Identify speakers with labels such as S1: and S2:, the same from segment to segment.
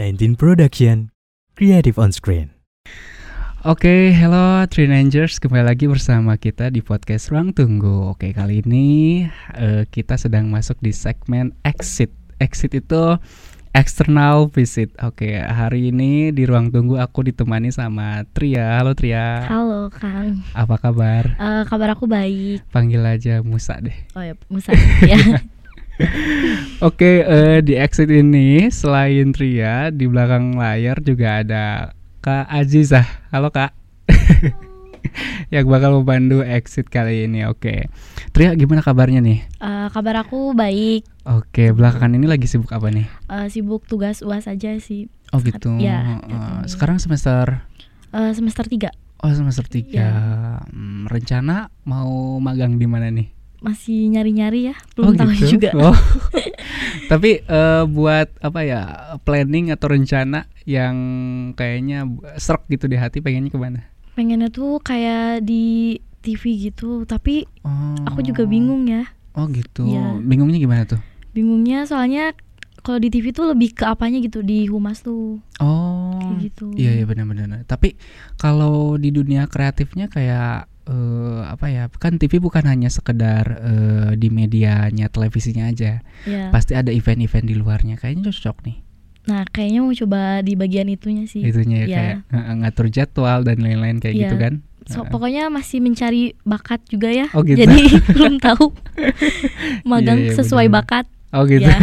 S1: 19 Production, Creative on Screen.
S2: Oke, hello Trinangers, kembali lagi bersama kita di podcast Ruang Tunggu. Oke, kali ini eh, kita sedang masuk di segmen exit. Exit itu external visit. Oke, hari ini di Ruang Tunggu aku ditemani sama Tria. Halo Tria,
S3: Halo Kang,
S2: apa kabar?
S3: Eh, kabar aku baik.
S2: Panggil aja Musa deh.
S3: Oh ya, Musa ya.
S2: Oke, eh, di exit ini selain Tria, di belakang layar juga ada Kak Azizah. Halo Kak. yang bakal membantu exit kali ini. Oke. Tria gimana kabarnya nih?
S3: Eh, kabar aku baik.
S2: Oke, belakangan ini lagi sibuk apa nih?
S3: Eh, sibuk tugas uas aja sih.
S2: Oh gitu. Eh,
S3: Iya, mm.
S2: sekarang semester
S3: Eh, semester 3
S2: Oh, semester 3.
S3: Iya.
S2: rencana mau magang di mana nih?
S3: masih nyari-nyari ya, belum tahu juga.
S2: Oh. Tapi eh, buat apa ya planning atau rencana yang kayaknya serak gitu di hati pengennya kemana?
S3: Pengennya tuh kayak di TV gitu, tapi
S2: Oh.
S3: aku juga bingung ya.
S2: Oh gitu.
S3: Iya.
S2: Bingungnya gimana tuh?
S3: Bingungnya soalnya kalau di TV tuh lebih ke apanya gitu di humas tuh
S2: Oh.
S3: kayak gitu.
S2: Iya iya benar-benar. Tapi kalau di dunia kreatifnya kayak eh, apa ya? Kan TV bukan hanya sekedar eh, di medianya televisinya aja.
S3: Iya.
S2: Pasti ada event-event di luarnya. Kayaknya cocok nih.
S3: Nah, kayaknya mau coba di bagian itunya sih.
S2: Itunya ya
S3: Iya.
S2: kayak eh, ngatur jadwal dan lain-lain kayak
S3: Iya.
S2: gitu kan.
S3: So,
S2: Heeh.
S3: pokoknya masih mencari bakat juga ya.
S2: Oh, gitu.
S3: Jadi belum tahu magang
S2: Iya, iya,
S3: sesuai
S2: bener.
S3: bakat.
S2: Oh gitu.
S3: Ya.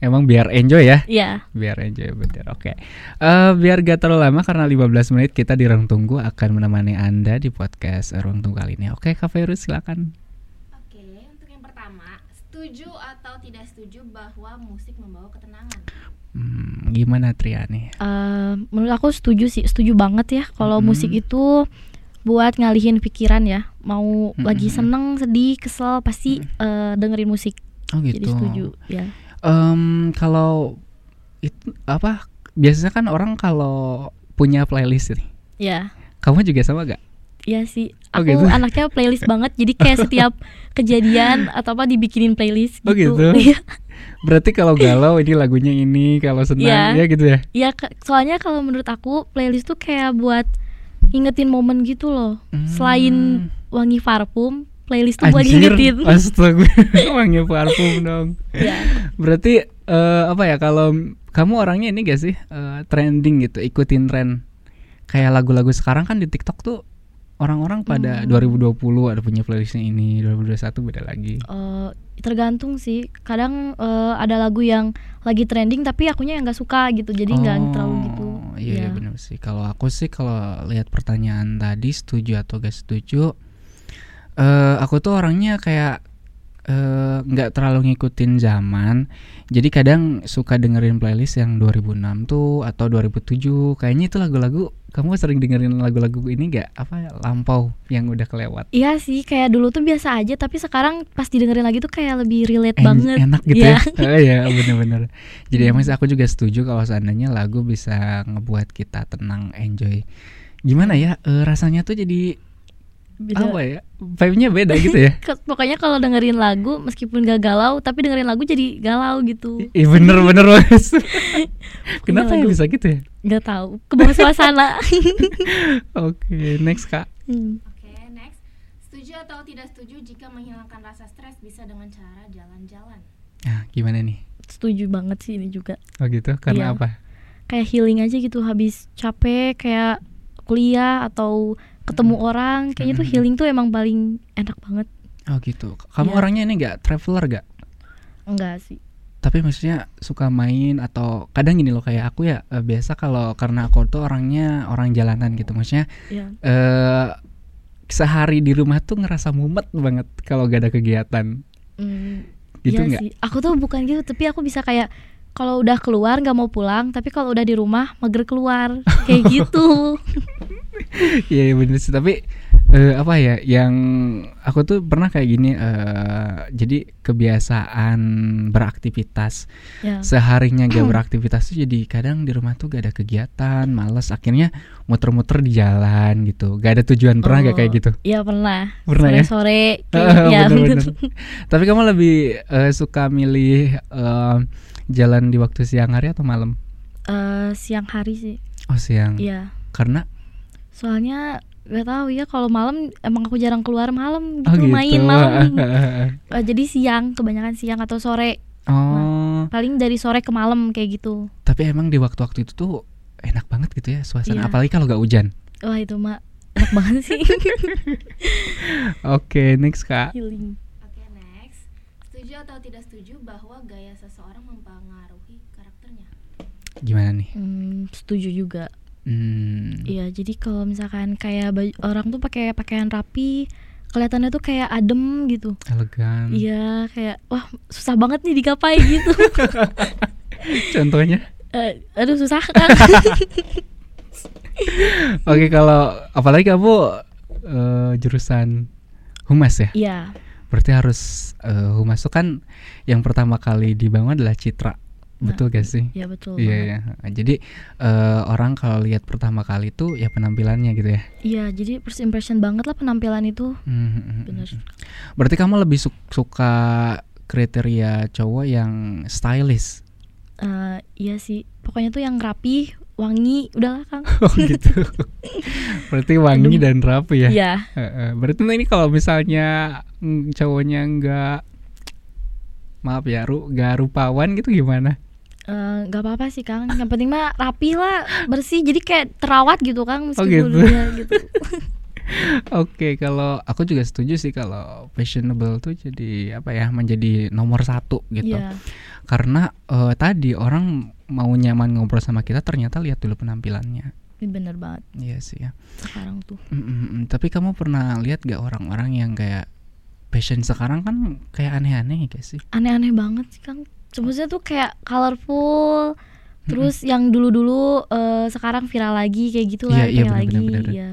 S2: Emang biar enjoy ya.
S3: ya.
S2: biar aja bener oke Eh, biar gak terlalu lama karena 15 menit kita di ruang tunggu akan menemani anda di podcast eh, ruang tunggu kali ini oke kak Ferus silakan
S4: Oke, untuk yang pertama, setuju atau tidak setuju bahwa musik membawa ketenangan?
S2: Hmm, gimana Tria nih
S3: Eh, menurut aku setuju sih, setuju banget ya kalau
S2: Mm-mm.
S3: musik itu buat ngalihin pikiran ya. Mau
S2: Mm-mm.
S3: lagi seneng, sedih, kesel pasti eh, dengerin musik.
S2: oh
S3: Jadi
S2: Hmm. gitu
S3: setuju ya.
S2: Em, kalau itu apa biasanya kan orang kalau punya playlist nih
S3: Ya,
S2: kamu juga sama gak
S3: ya sih.
S2: Oh,
S3: Aku
S2: gitu.
S3: anaknya playlist banget. Jadi kayak setiap kejadian atau apa dibikinin playlist
S2: Oh,
S3: gitu.
S2: gitu.
S3: Iya.
S2: berarti kalau galau ini lagunya ini kalau senang
S3: Iya.
S2: ya gitu ya
S3: Iya, ke- soalnya kalau menurut aku playlist tuh kayak buat ngingetin momen gitu loh. Selain wangi parfum, playlist tuh buat
S2: Hmm. Anjir,
S3: ngingetin.
S2: astaga, wangi parfum dong.
S3: Iya.
S2: Berarti eh, apa ya kalau kamu orangnya ini gak sih eh, trending gitu, ikutin tren. Kayak lagu-lagu sekarang kan di TikTok tuh orang-orang
S3: Hmm.
S2: pada 2020 ada punya playlistnya ini, 2021 beda lagi.
S3: Eh, tergantung sih. Kadang eh, ada lagu yang lagi trending tapi akunya yang nggak suka gitu. Jadi nggak
S2: Oh,
S3: terlalu gitu.
S2: Iya, iya
S3: Ya.
S2: benar sih. Kalau aku sih kalau lihat pertanyaan tadi setuju atau gak setuju eh aku tuh orangnya kayak eh, nggak terlalu ngikutin zaman. Jadi kadang suka dengerin playlist yang 2006 tuh atau 2007. Kayaknya itu lagu-lagu kamu sering dengerin lagu-lagu ini gak apa ya, lampau yang udah kelewat.
S3: Iya sih, kayak dulu tuh biasa aja tapi sekarang pas didengerin lagi tuh kayak lebih relate
S2: En-
S3: banget.
S2: enak gitu
S3: Iya. Hmm.
S2: ya. Oh, iya, bener-bener. Jadi emang sih aku juga setuju kalau seandainya lagu bisa ngebuat kita tenang, enjoy. Gimana ya eh, rasanya tuh jadi
S3: Beda.
S2: apa ya? Vibe-nya beda gitu ya.
S3: Ke- Pokoknya kalau dengerin lagu meskipun gak galau tapi dengerin lagu jadi galau gitu.
S2: Iya bener-bener Mas.
S3: Iya,
S2: Kenapa ya
S3: Punya lagu.
S2: bisa gitu ya?
S3: Gak tahu, ke bawah suasana.
S2: Oke, next Kak.
S3: Hmm.
S4: Oke, next. Setuju atau tidak setuju jika menghilangkan rasa stres bisa dengan cara jalan-jalan?
S2: Nah, gimana nih?
S3: Setuju banget sih ini juga.
S2: Oh gitu, karena
S3: Iya.
S2: apa?
S3: kayak healing aja gitu habis capek kayak kuliah atau ketemu
S2: Hmm.
S3: orang kayaknya tuh
S2: Mm-mm.
S3: healing tuh emang paling enak banget
S2: Oh gitu. Kamu
S3: Iya.
S2: orangnya ini gak traveler gak?
S3: enggak sih
S2: tapi maksudnya suka main atau kadang gini loh kayak aku ya eh, biasa kalau karena aku tuh orangnya orang jalanan gitu maksudnya
S3: ya
S2: eh sehari di rumah tuh ngerasa mumet banget kalau gak ada kegiatan gitu nggak
S3: Iya sih aku tuh bukan gitu tapi aku bisa kayak kalau udah keluar nggak mau pulang tapi kalau udah di rumah mager keluar kayak gitu
S2: Iya iya bener sih tapi eh, apa ya yang aku tuh pernah kayak gini eh, jadi kebiasaan beraktivitas
S3: ya
S2: seharinya gak beraktivitas tuh jadi kadang di rumah tuh gak ada kegiatan males akhirnya muter-muter di jalan gitu gak ada tujuan pernah gak
S3: Oh,
S2: kayak gitu
S3: ya pernah Iya,
S2: Pernah ya?
S3: sore sore
S2: Ah, bener-bener. Tapi kamu lebih eh, suka milih eh, jalan di waktu siang hari atau malam?
S3: eh, siang hari sih
S2: Oh siang.
S3: Iya
S2: Karena
S3: soalnya gak tahu ya kalau malam emang aku jarang keluar malam
S2: oh
S3: gitu,
S2: gitu.
S3: main malam Eh, jadi siang kebanyakan siang atau sore
S2: oh,
S3: paling dari sore ke malam kayak gitu
S2: tapi emang di waktu-waktu itu tuh enak banget gitu ya suasana
S3: Iya.
S2: apalagi kalau nggak hujan.
S3: wah itu mak enak banget sih
S2: Oke, next Kak.
S3: healing
S4: Oke, next. Setuju atau tidak setuju bahwa gaya seseorang mempengaruhi karakternya?
S2: Gimana nih?
S3: Hmm, setuju juga
S2: Hmm.
S3: Iya, jadi kalau misalkan kayak baju- orang tuh pakai pakaian rapi, kelihatannya tuh kayak adem gitu.
S2: Elegan.
S3: Iya, kayak wah susah banget nih digapai gitu.
S2: Contohnya.
S3: Eh, aduh susah kan.
S2: Oke, kalau apalagi kamu eh, jurusan humas ya?
S3: Iya,
S2: Berarti harus eh, humas tuh kan yang pertama kali dibangun adalah citra. Betul gak sih?
S3: iya Nah, betul.
S2: Iya,
S3: banget.
S2: iya. Jadi eh, orang kalau lihat pertama kali itu ya penampilannya gitu ya.
S3: Iya, jadi first impression banget lah penampilan itu.
S2: Mhm.
S3: Bener.
S2: Berarti kamu lebih su- suka kriteria cowok yang stylish.
S3: Eh, iya sih, pokoknya tuh yang rapi, wangi, udahlah Kang.
S2: Oh gitu. Berarti wangi
S3: Aduh.
S2: dan rapi ya.
S3: Iya.
S2: Heeh. Berarti ini kalau misalnya mm, cowoknya nggak maaf ya, ru, nggak rupawan gitu gimana?
S3: Eh, nggak apa-apa sih Kang, yang penting mah rapi lah, bersih, jadi kayak terawat gitu Kang meskipun
S2: gitu.
S3: dunia gitu.
S2: Oke, kalau aku juga setuju sih kalau fashionable tuh jadi apa ya menjadi nomor satu gitu.
S3: Iya,
S2: Karena eh, tadi orang mau nyaman ngobrol sama kita ternyata lihat dulu penampilannya.
S3: ini bener banget
S2: Iya sih ya.
S3: sekarang tuh.
S2: Mm, mm, mm. Tapi kamu pernah lihat gak orang-orang yang kayak fashion sekarang kan kayak aneh-aneh ya gak sih?
S3: aneh-aneh banget sih Kang. Sebenarnya tuh kayak colorful, terus yang dulu-dulu eh, sekarang viral lagi kayak gitu
S2: Iya,
S3: lah,
S2: iya,
S3: kayak
S2: bener,
S3: lagi.
S2: bener, bener.
S3: Iya.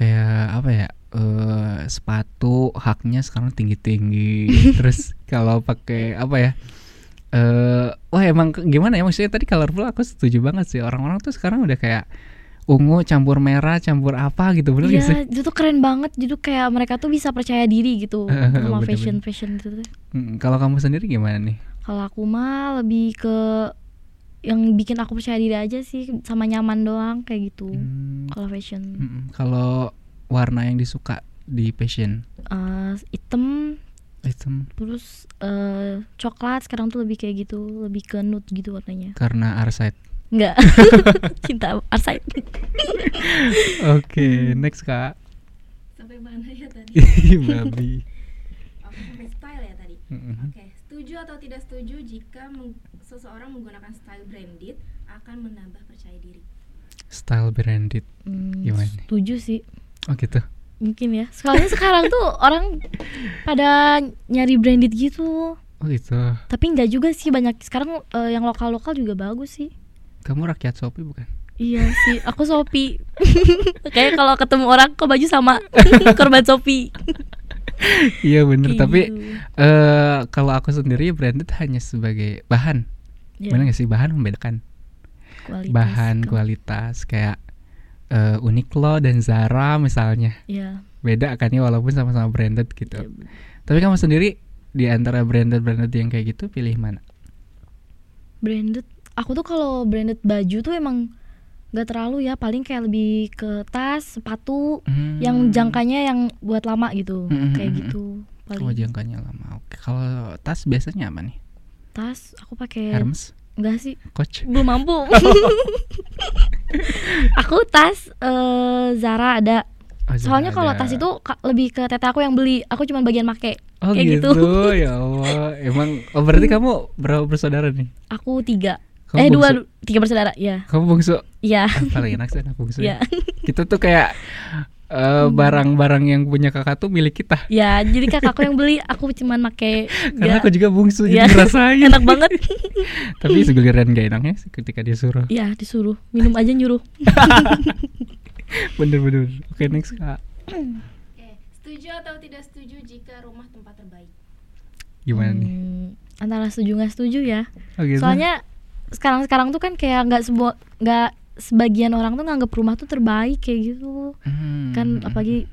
S2: kayak apa ya eh sepatu haknya sekarang tinggi tinggi terus kalau pakai apa ya eh wah emang ke- gimana ya maksudnya tadi colorful aku setuju banget sih orang-orang tuh sekarang udah kayak ungu campur merah campur apa gitu bener gak
S3: Iya,
S2: sih
S3: itu tuh keren banget. Jadi kayak mereka tuh bisa percaya diri gitu sama
S2: Bener-bener.
S3: fashion fashion gitu. tuh.
S2: Mm, kalau kamu sendiri gimana nih
S3: Kalau aku mah lebih ke yang bikin aku percaya diri aja sih sama nyaman doang kayak gitu.
S2: Hmm,
S3: Kalau fashion
S2: mm-mm. kalau warna yang disuka di fashion
S3: eh, hitam
S2: item
S3: terus eh, coklat sekarang tuh lebih kayak gitu, lebih ke nude gitu warnanya.
S2: karena arsite
S3: Enggak. Cinta arsai.
S2: oke next kak
S4: Sampai mana ya tadi?
S2: Ih, babi
S4: Oke, sampai style ya tadi.
S2: Mm-mm.
S4: Oke, setuju atau tidak setuju jika meng- seseorang menggunakan style branded akan menambah percaya diri?
S2: style branded
S3: Hmm,
S2: Gimana?
S3: setuju sih
S2: oh gitu
S3: mungkin ya soalnya sekarang tuh orang pada nyari branded gitu
S2: oh gitu
S3: tapi nggak juga sih banyak sekarang eh, yang lokal lokal juga bagus sih
S2: Kamu rakyat Shopee bukan?
S3: iya sih aku Shopee kayak kalau ketemu orang kok baju sama korban Shopee
S2: iya bener,
S3: Kayak
S2: tapi
S3: gitu.
S2: eh kalau aku sendiri branded hanya sebagai bahan.
S3: Ya,
S2: Bener gak sih bahan membedakan?
S3: kualitas
S2: bahan
S3: kan.
S2: kualitas kayak eh Uniqlo dan Zara misalnya.
S3: Iya,
S2: Beda kan ya walaupun sama-sama branded
S3: iya,
S2: gitu.
S3: bener.
S2: Tapi kamu sendiri di antara branded-branded yang kayak gitu pilih mana?
S3: branded aku tuh kalau branded baju tuh emang nggak terlalu ya paling kayak lebih ke tas sepatu yang
S2: Hmm.
S3: jangkanya yang buat lama gitu
S2: Mm, mm,
S3: kayak
S2: mm, mm.
S3: gitu paling
S2: Oh, jangkanya lama. Oke. Kalau tas biasanya apa nih?
S3: tas aku pakai
S2: Hermes,
S3: enggak sih
S2: Coach.
S3: belum mampu aku tas eh, Zara ada
S2: Oh,
S3: soalnya
S2: Zara
S3: kalau
S2: ada.
S3: tas itu ka- lebih ke tete aku yang beli aku cuma bagian make
S2: Oh
S3: kayak
S2: gitu.
S3: gitu.
S2: ya Allah. Emang oh berarti kamu berapa bersaudara nih?
S3: aku tiga
S2: Kamu
S3: eh dua
S2: bungsu.
S3: tiga bersaudara ya
S2: Kamu bungsu.
S3: ya
S2: Ah, paling enak sih anak bungsu.
S3: ya
S2: ya. Kita tuh kayak eh,
S3: Hmm.
S2: barang-barang yang punya kakak tuh milik kita.
S3: ya jadi kakakku yang beli aku cuma make
S2: Karena aku
S3: Nggak-
S2: juga bungsu
S3: Iya.
S2: jadi ngerasain.
S3: enak banget
S2: Tapi segeliran gak enaknya sih ketika disuruh.
S3: ya disuruh minum aja nyuruh
S2: Bener-bener. Oke next kak.
S4: Oke, setuju atau tidak setuju jika rumah tempat terbaik?
S2: Gimana Iya nih?
S3: Hmm, antara setuju nggak setuju ya
S2: Oh, gitu?
S3: soalnya sekarang sekarang tuh kan kayak nggak sebuah nggak sebagian orang tuh nganggap rumah tuh terbaik kayak gitu
S2: Hmm.
S3: kan apalagi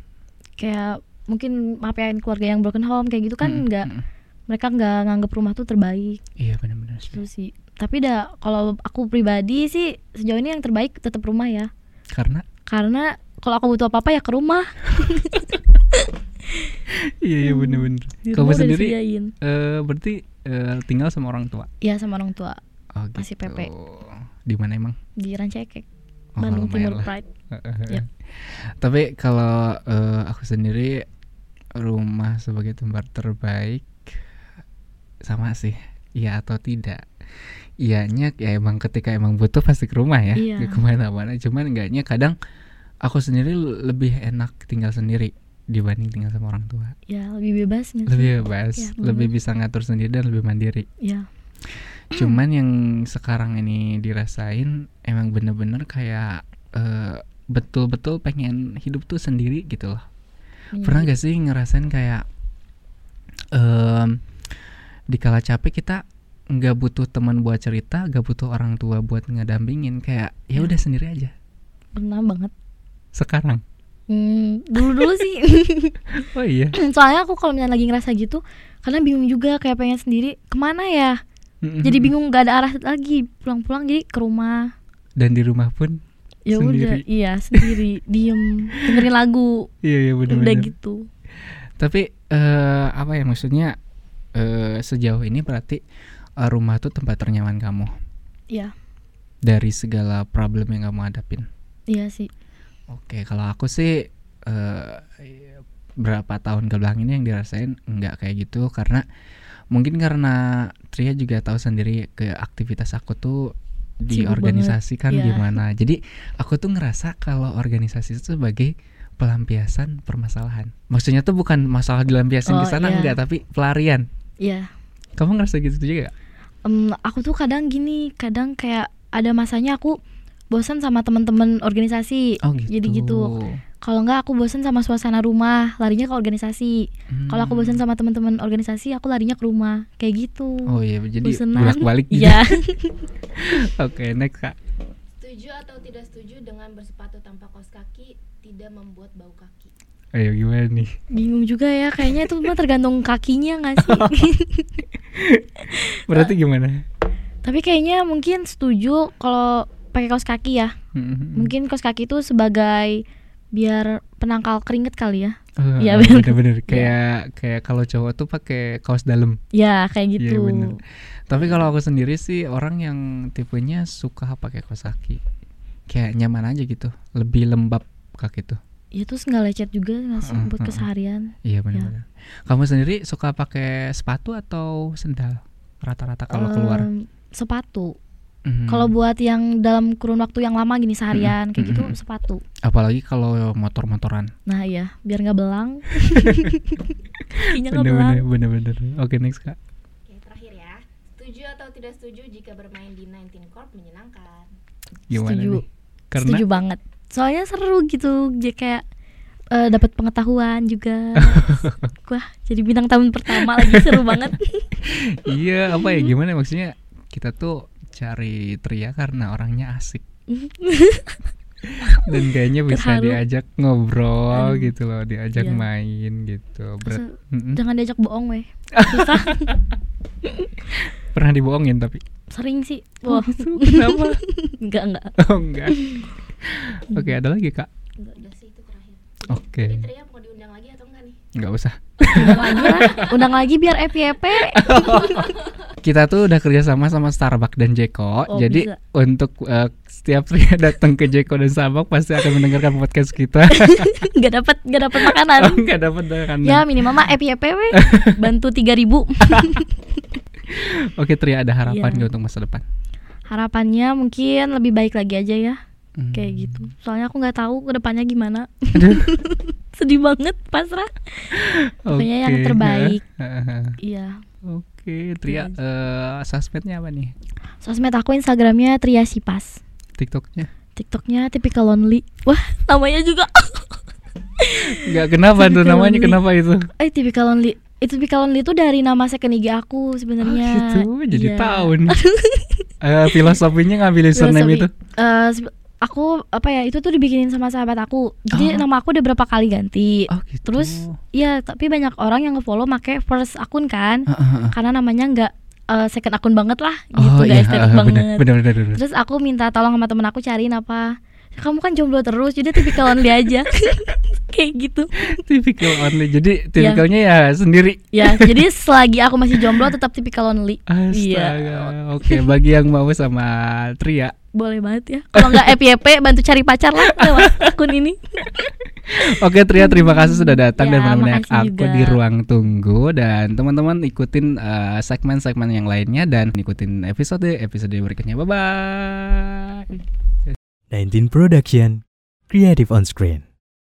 S3: kayak mungkin maaf ya, keluarga yang broken home kayak gitu kan
S2: Hmm,
S3: nggak
S2: hmm, hmm.
S3: mereka nggak nganggap rumah tuh terbaik
S2: Iya bener-bener.
S3: gitu sih tapi dah kalau aku pribadi sih sejauh ini yang terbaik tetap rumah ya
S2: Karena
S3: karena kalau aku butuh apa apa ya ke rumah
S2: iya iya bener-bener.
S3: Di
S2: Kamu
S3: rumah Hmm. udah
S2: sendiri
S3: disediain.
S2: eh, berarti eh, tinggal sama orang tua.
S3: ya sama orang tua
S2: Oh,
S3: Masih PP.
S2: Di mana emang?
S3: di Rancakek
S2: Oh,
S3: Bandung
S2: lumayan
S3: Timur
S2: lah. Iya.
S3: Pride Ya.
S2: Heeh. Tapi kalau eh, aku sendiri rumah sebagai tempat terbaik sama sih, iya atau tidak. Iyanya ya emang ketika emang butuh pasti ke rumah ya, ke
S3: Iya.
S2: kemana-mana. Cuman enggaknya kadang aku sendiri lebih enak tinggal sendiri dibanding tinggal sama orang tua.
S3: ya lebih bebas nggak sih?
S2: Lebih bebas,
S3: Iya,
S2: lebih bisa ngatur sendiri dan lebih mandiri
S3: ya
S2: cuman yang sekarang ini dirasain emang bener-bener kayak eh, betul-betul pengen hidup tuh sendiri gitu loh
S3: Iya.
S2: pernah gak sih ngerasain kayak em dikala capek kita nggak butuh teman buat cerita nggak butuh orang tua buat ngedampingin kayak ya udah sendiri aja
S3: pernah banget
S2: sekarang
S3: Hmm, dulu dulu sih
S2: oh iya
S3: soalnya aku kalau misalnya lagi ngerasa gitu kadang bingung juga kayak pengen sendiri kemana ya
S2: Mhm.
S3: jadi bingung gak ada arah lagi pulang-pulang jadi ke rumah
S2: dan di rumah pun
S3: ya
S2: Sendiri.
S3: udah iya sendiri diem dengerin lagu
S2: iya iya
S3: udah
S2: bener-bener
S3: gitu
S2: Tapi eh apa ya maksudnya eh sejauh ini berarti eh, rumah tuh tempat ternyaman kamu
S3: ya
S2: dari segala problem yang kamu hadapin.
S3: iya sih
S2: Oke, kalau aku sih eh berapa tahun kebelakang ini yang dirasain nggak kayak gitu karena mungkin karena Tria juga tahu sendiri ke aktivitas aku tuh di
S3: Sibuk
S2: organisasi kan
S3: iya.
S2: gimana. Jadi aku tuh ngerasa kalau organisasi itu sebagai pelampiasan permasalahan. Maksudnya tuh bukan masalah dilampiasin ke
S3: Oh,
S2: sana
S3: iya.
S2: enggak, tapi pelarian.
S3: iya
S2: Kamu ngerasa gitu juga gak?
S3: Em, aku tuh kadang gini kadang kayak ada masanya aku bosan sama teman-teman organisasi
S2: Oh gitu.
S3: Jadi gitu. kalau nggak aku bosan sama suasana rumah larinya ke organisasi kalau aku bosan sama teman-teman organisasi aku larinya ke rumah kayak gitu
S2: Hmm. Oh iya, jadi
S3: bosenan.
S2: bolak-balik gitu.
S3: iya
S2: Oke, next Kak.
S4: Setuju atau tidak setuju dengan bersepatu tanpa kaos kaki tidak membuat bau kaki?
S2: Ayo gimana nih?
S3: bingung juga ya kayaknya itu mah tergantung kakinya nggak sih
S2: Berarti gimana?
S3: Tapi kayaknya mungkin setuju kalau pakai kaos kaki ya. Mungkin kaos kaki itu sebagai biar penangkal keringet kali ya.
S2: Eh,
S3: Iya, bener.
S2: bener-bener kayak kayak kalau cowok tuh pakai kaos dalam.
S3: Ya
S2: Iya,
S3: kayak gitu.
S2: bener. Tapi kalau aku sendiri sih orang yang tipenya suka pakai kaos kaki. Kayak nyaman aja gitu, lebih lembab kaki tuh.
S3: ya terus nggak lecet juga nggak sih
S2: Heeh,
S3: buat
S2: heeh.
S3: keseharian.
S2: Iya benar-benar. Kamu sendiri suka pakai sepatu atau sendal? Rata-rata kalau keluar.
S3: Em, sepatu.
S2: Mhm.
S3: Kalau buat yang dalam kurun waktu yang lama
S2: Hmm.
S3: gini seharian kayak gitu
S2: Mm-mm.
S3: sepatu.
S2: apalagi kalau motor-motoran.
S3: Nah iya biar nggak belang. Kakinya nggak belang.
S2: Bener-bener, bener-bener. Oke next kak.
S4: Oke, terakhir ya. Setuju atau tidak setuju jika bermain di 19 Corp menyenangkan?
S2: Gimana
S3: Setuju.
S2: nih? Karena
S3: Setuju banget. Soalnya seru gitu, jadi kayak eh, dapat pengetahuan juga. Wah, jadi bintang tahun pertama lagi seru banget.
S2: iya apa ya gimana maksudnya kita tuh cari Tria karena orangnya asik dan kayaknya bisa
S3: Terharu.
S2: diajak ngobrol
S3: Aduh.
S2: gitu loh diajak
S3: Iya.
S2: main gitu Ber-
S3: Masa-
S2: Mm-mm.
S3: Jangan diajak bohong weh.
S2: pernah dibohongin tapi
S3: Sering sih.
S2: Oh,
S3: Wah,
S2: kenapa
S3: enggak enggak.
S2: oh enggak oke ada lagi kak
S4: Enggak, udah sih itu terakhir.
S2: oke
S4: Tapi Tria mau diundang lagi atau enggak nih?
S2: nggak usah
S3: Undang lagi lah. Undang lagi biar FYP.
S2: kita tuh udah kerjasama sama Starbucks dan Jeko
S3: Oh,
S2: jadi
S3: bisa.
S2: untuk eh, setiap Tria datang ke Jeko dan Starbucks pasti akan mendengarkan podcast kita
S3: Enggak dapat enggak dapat makanan.
S2: Oh, nggak dapat dengan
S3: Kan? Ya minimal mah FYP weh. Bantu 3000.
S2: Oke Tria ada harapan
S3: Iya.
S2: nggak untuk masa depan?
S3: Harapannya mungkin lebih baik lagi aja ya. kayak
S2: Hmm.
S3: gitu soalnya aku nggak tahu kedepannya gimana sedih banget pasrah Pokoknya yang
S2: Oke.
S3: terbaik.
S2: Hahaha.
S3: iya
S2: Oke Tria
S3: Iya.
S2: eh sosmednya apa nih?
S3: sosmed aku instagramnya Tria Sipas
S2: TikToknya?
S3: tiktoknya typical lonely wah namanya juga
S2: Nggak kenapa tuh
S3: Typical
S2: namanya
S3: Lee.
S2: kenapa itu?
S3: eh typical lonely itu typical lonely itu dari nama second IG aku sebenarnya
S2: Oh, gitu jadi
S3: Iya.
S2: tahun. Eh filosofinya ngambil username
S3: Filosofi.
S2: itu?
S3: Eh, sebe- aku apa ya itu tuh dibikinin sama sahabat aku jadi
S2: Oh.
S3: nama aku udah berapa kali ganti iya,
S2: Oh gitu.
S3: terus ya tapi banyak orang yang nge-follow make first akun kan
S2: Heeh, heeh.
S3: karena namanya nggak eh, second akun banget lah gitu
S2: oh
S3: nggak
S2: iya
S3: estetik
S2: heeh,
S3: banget
S2: bener bener bener, bener.
S3: terus aku minta tolong sama temen aku cariin apa kamu kan jomblo terus jadi tipikal only aja kayak gitu
S2: tipikal only jadi tipikalnya ya sendiri
S3: ya jadi selagi aku masih jomblo tetap tipikal only Iya.
S2: astaga oke bagi yang mau sama Tria
S3: boleh banget ya kalau nggak FYP bantu cari pacar lah lewat akun ini
S2: Oke Tria, terima kasih sudah datang
S3: Ya,
S2: dan menemani
S3: makasih
S2: aku
S3: juga.
S2: di ruang tunggu dan teman-teman ikutin eh, segmen-segmen yang lainnya dan ikutin episode episode berikutnya. Bye bye.
S1: 19 Production, Creative on Screen.